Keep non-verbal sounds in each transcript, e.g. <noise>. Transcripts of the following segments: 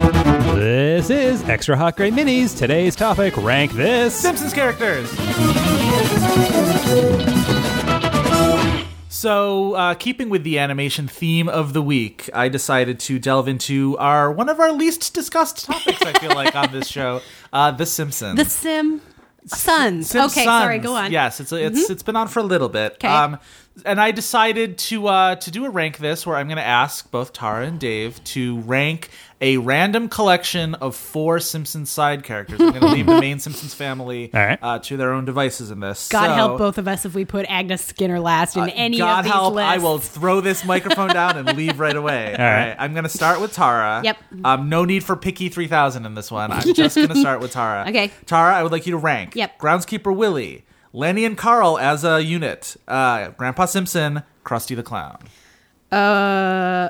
This is Extra Hot Great Minis. Today's topic rank this. Simpsons characters. So, uh, keeping with the animation theme of the week, I decided to delve into our one of our least discussed topics. I feel like on this show, uh, The Simpsons. The Sim Sons. Simpsons. okay, sorry, go on. Mm-hmm. Yes, it's it's it's been on for a little bit. Um, 'Kay. and I decided to uh, to do a rank this where I'm going to ask both Tara and Dave to rank a random collection of four Simpsons side characters. I'm going to leave <laughs> the main Simpsons family All right. uh, to their own devices in this. God So- Uh, help both of us if we put Agnes Skinner last in any God of these help! lists. I will throw this microphone down and leave right <laughs> away. All right. right, I'm going to start with Tara. Yep. Um, no need for picky 3000 in this one. I'm just going to start with Tara. <laughs> Okay. Tara, I would like you to rank. Yep. Groundskeeper Willie, Lenny and Carl as a unit, uh, Grandpa Simpson, Krusty the Clown. Uh,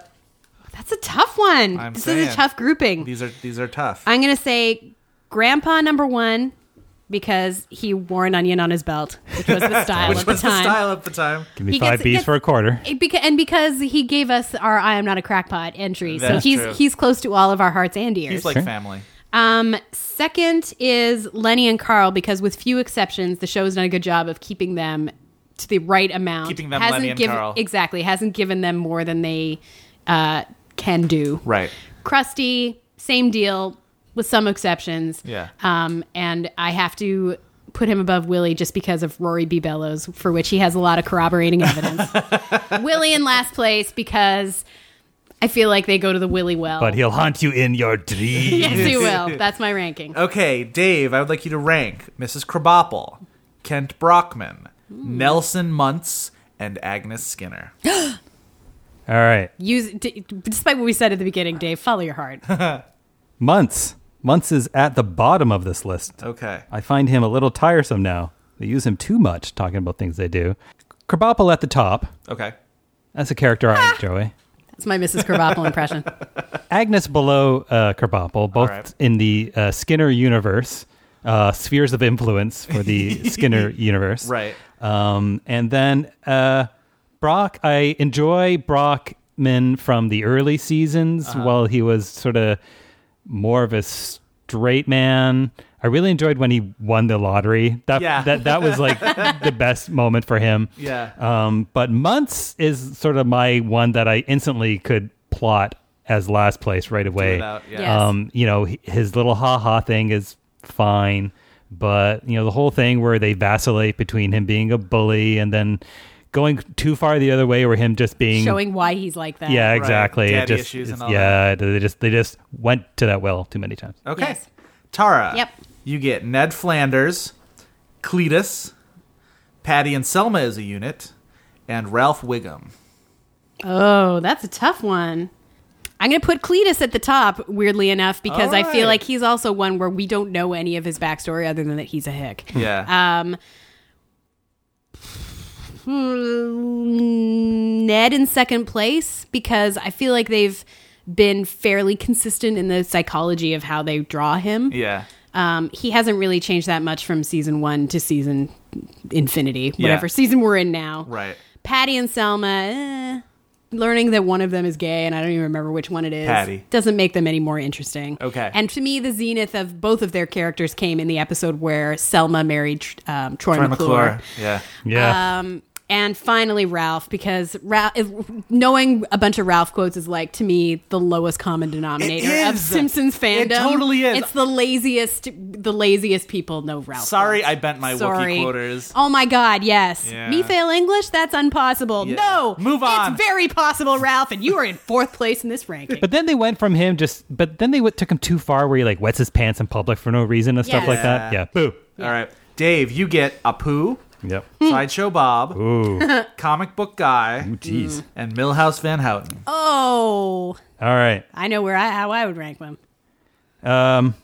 that's a tough one. I'm this is saying. a tough grouping. These are these are tough. I'm gonna say Grandpa number one because he wore an onion on his belt, which <laughs> was the style Which at the was the time. style at the time? Give me He five gets- B's gets- for a quarter. It beca- and because he gave us our "I am not a crackpot" entry, so That's he's true. he's close to all of our hearts and ears. He's like family. Um, second is Lenny and Carl because, with few exceptions, the show's done a good job of keeping them to the right amount. Keeping them Lenny and given, Carl. exactly hasn't given them more than they uh, can do. Right. Krusty, same deal with some exceptions. Yeah. Um, and I have to put him above Willie just because of Rory B. Bellows, for which he has a lot of corroborating <laughs> evidence. Willie in last place because I feel like they go to the Willie well. But he'll haunt you in your dreams. <laughs> yes, he will. That's <laughs> my ranking. Okay, Dave, I would like you to rank Mrs. Krabappel, Kent Brockman, Nelson Muntz, and Agnes Skinner. All right. Use d- despite what we said at the beginning, Dave. Follow your heart. Months. Months is at the bottom of this list. Okay. I find him a little tiresome now. They use him too much talking about things they do. Krabappel at the top. Okay. That's a character I enjoy. That's my Mrs. <laughs> Krabappel impression. Agnes below uh, Krabappel, both right. in the uh, Skinner universe, uh, spheres of influence for the <laughs> Skinner universe. Right. Um, and then uh, Brock, I enjoy Brockman from the early seasons Uh-huh. while he was sort of more of a straight man. I really enjoyed when he won the lottery. That Yeah. that that was <laughs> like the best moment for him. Yeah. Um, but months is sort of my one that I instantly could plot as last place right away. without, yeah. Yes. Um, you know, h- his little ha ha thing is fine, but you know, the whole thing where they vacillate between him being a bully and then going too far the other way, or him just being Showing why he's like that. yeah, exactly. It Daddy just- issues and it's- all yeah, they just they just went to that well too many times. Okay. Yes. Tara. Yep. You get Ned Flanders, Cletus, Patty and Selma as a unit, and Ralph Wiggum. Oh, that's a tough one. I'm going to put Cletus at the top, weirdly enough, because I Alright. feel like he's also one where we don't know any of his backstory other than that he's a hick. Yeah. Um, hmm, Ned in second place because I feel like they've been fairly consistent in the psychology of how they draw him. yeah. Um, he hasn't really changed that much from season one to season infinity, Yeah. whatever season we're in now. Right. Patty and Selma, eh, learning that one of them is gay, and I don't even remember which one it is, Patty. doesn't make them any more interesting. Okay. And to me, the zenith of both of their characters came in the episode where Selma married tr- um, Troy, Troy McClure. McClure. Yeah. Yeah. Um, and finally, Ralph, because Ralph, knowing a bunch of Ralph quotes is like to me the lowest common denominator It of is. Simpsons fandom. It totally is. It's the laziest. The laziest people know Ralph. Sorry, quotes. I bent my Wookiee quoters. Oh my God, yes. Yeah. Me fail English? That's impossible. Yeah. No, Move on. It's very possible, Ralph, and you are in fourth place in this ranking. But then they went from him just, but then they went, took him too far where he like wets his pants in public for no reason and stuff Yes. like that. Yeah. Boo. All right. Dave, you get Apu, Yep. Hmm. Sideshow Bob, Ooh. Comic Book Guy, Jeez. and Millhouse Van Houten. oh, All right. I know where I how I would rank them. Um,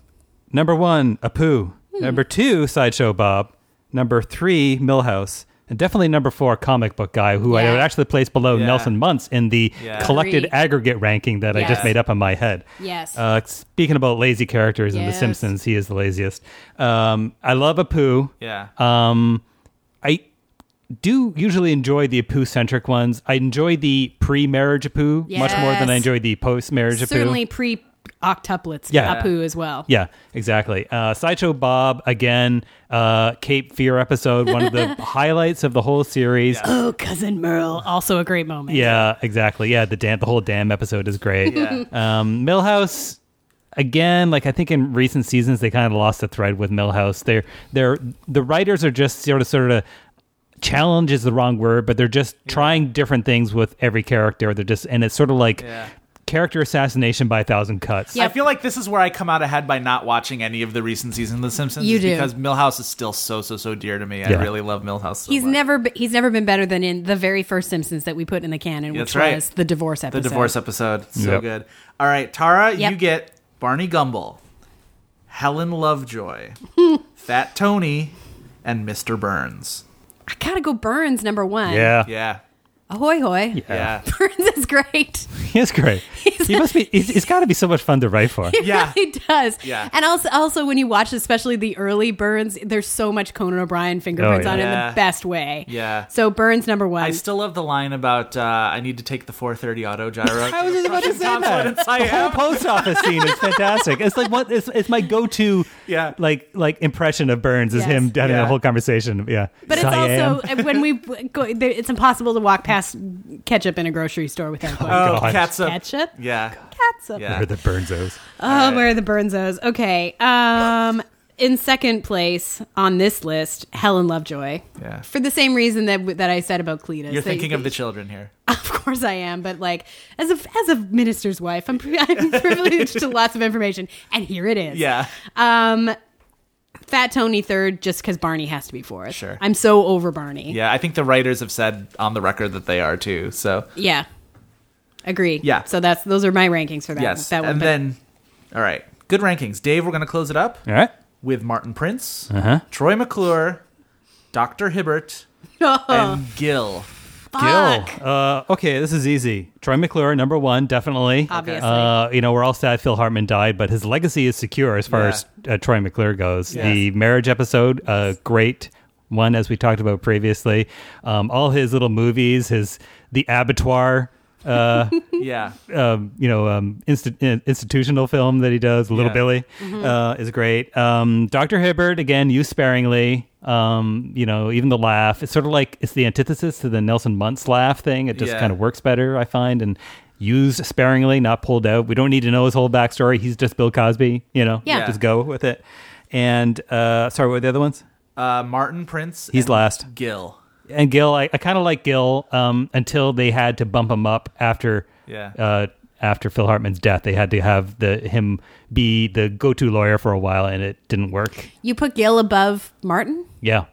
number one, Apu. Hmm. Number two, Sideshow Bob. Number three, Millhouse. And definitely number four, comic book guy, who I Yeah. would actually place below Yeah. Nelson Muntz in the Yeah. collected Agreed. aggregate ranking that I just Yes. made up in my head. Yes. Uh, speaking about lazy characters in The Yes. Simpsons, he is the laziest. Um, I love Apu. Yeah. Um, I do usually enjoy the Apu centric ones. I enjoy the pre marriage Apu much more than I Yes. enjoy the post marriage Apu. Certainly pre octuplets, Yeah. Apu as well. Yeah, exactly. Uh, Sideshow Bob again, uh, Cape Fear episode, one of <laughs> the highlights of the whole series. Yeah. Oh, cousin Merle, also a great moment. exactly. <gasps> Yeah, the dam, the whole dam episode is great. Yeah. Um, Millhouse again, like I think in recent seasons they kind of lost the thread with Millhouse. They're they're the writers are just sort of sort of challenge is the wrong word, but they're just trying different things with every character. They're just and it's sort of like Yeah. character assassination by a thousand cuts. Yep. I feel like this is where I come out ahead by not watching any of the recent seasons of The Simpsons. You is do. because Millhouse is still so so so dear to me. Yeah. I really love Millhouse. So He's much. never be- he's never been better than in the very first Simpsons that we put in the canon, which That's right. was the divorce episode. the divorce episode. It's So Yep. good. All right, Tara, Yep. you get Barney Gumble, Helen Lovejoy, Fat Tony, and Mr. Burns. I gotta go Burns number one. Yeah, Yeah. Ahoy hoy. Yeah. <laughs> <laughs> Burns is great. <laughs> He's great. he must be. He's, it's got to be so much fun to write <laughs> for. It Yeah. really does. Yeah. And also, also when you watch, especially the early Burns, there's so much Conan O'Brien fingerprints Oh, yeah. on it in Yeah. the best way. Yeah. So Burns number one. I still love the line about uh, I need to take the 430 auto gyro. I was just about to say that. I The whole am. post office scene is fantastic. It's like what it's, it's my go-to, Yeah. like like impression of Burns is Yes. him having Yeah. that whole conversation. Yeah, but it's Siam. also <laughs> when we go, there- it's impossible to walk past ketchup in a grocery store without going Oh, God. catsup. ketchup. Yeah. Catsup. Yeah. Or the Burnsos. Oh, where are the Burnsos? Okay. Um, in second place on this list, Helen Lovejoy. Yeah. For the same reason that that I said about Cletus. You're That- thinking of the <laughs> children here. Of course I am, but like as a as a minister's wife, I'm, pri- <laughs> I'm privileged to lots of information, and here it is. Yeah. Um, Fat Tony third, just because Barney has to be fourth. Sure. I'm so over Barney. Yeah, I think the writers have said on the record that they are too. So Yeah. Agreed. Yeah. So that's those are my rankings for that. yes, That and but- then all right, good rankings. Dave, we're going to close it up All right. with Martin Prince, Uh-huh. Troy McClure, Doctor Hibbert, oh, and Gil. fuck. Gil. Uh, okay, this is easy. Troy McClure, number one, definitely. Obviously. Uh, you know, we're all sad Phil Hartman died, but his legacy is secure as far Yeah. as uh, Troy McClure goes. Yes. The marriage episode, uh, great one, as we talked about previously. Um, all his little movies, his The Abattoir. Uh, Yeah, um, you know, um, insti- in- institutional film that he does, Little Yeah. Mm-hmm. Billy, uh, is great. Um, Dr. Hibbert, again, used sparingly. Um, you know, even the laugh, it's sort of like it's the antithesis to the Nelson Muntz laugh thing. It just Yeah. kind of works better, I find, and used sparingly, not pulled out. We don't need to know his whole backstory. He's just Bill Cosby, you know, Yeah. Yeah. just go with it. And uh, sorry, what were the other ones? uh, Martin Prince. He's and last. Gil. And Gil, I, I kind of like Gil um, until they had to bump him up after Yeah. uh, after Phil Hartman's death. They had to have the him be the go to lawyer for a while, and it didn't work. You put Gil above Martin? <laughs> Yeah,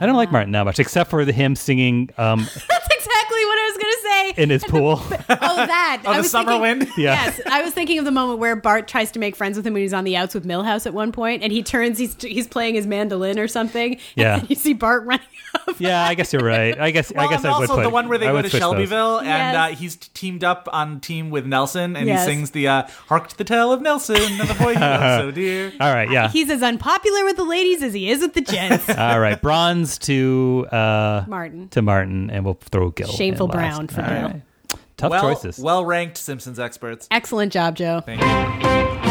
I don't like Martin that much, except for the him singing um, That's exactly what I was going to say. in his <laughs> pool. oh, <laughs> that. Oh, I the was summer thinking, wind? Yeah. Yes. I was thinking of the moment where Bart tries to make friends with him when he's on the outs with Millhouse at one point, and he turns, he's, he's playing his mandolin or something. and Yeah. then <laughs> you see Bart running up. yeah, I guess you're right. I guess I Well, guess and I would Oh, also put the one where they I go would to switch those. Shelbyville, and Yes. uh, he's teamed up on team with Nelson, and Yes. he sings the uh, "Hark to the Tale of Nelson" and the boy <laughs> he loves so dear. All right, yeah. He's as unpopular with the ladies as he is with the gents. <laughs> All right, bronze to uh, Martin. to Martin, and we'll throw Gil. in Shameful last. Brown for All Gil. right. Tough well, choices. well ranked Simpsons experts. Excellent job, Joe. Thank you.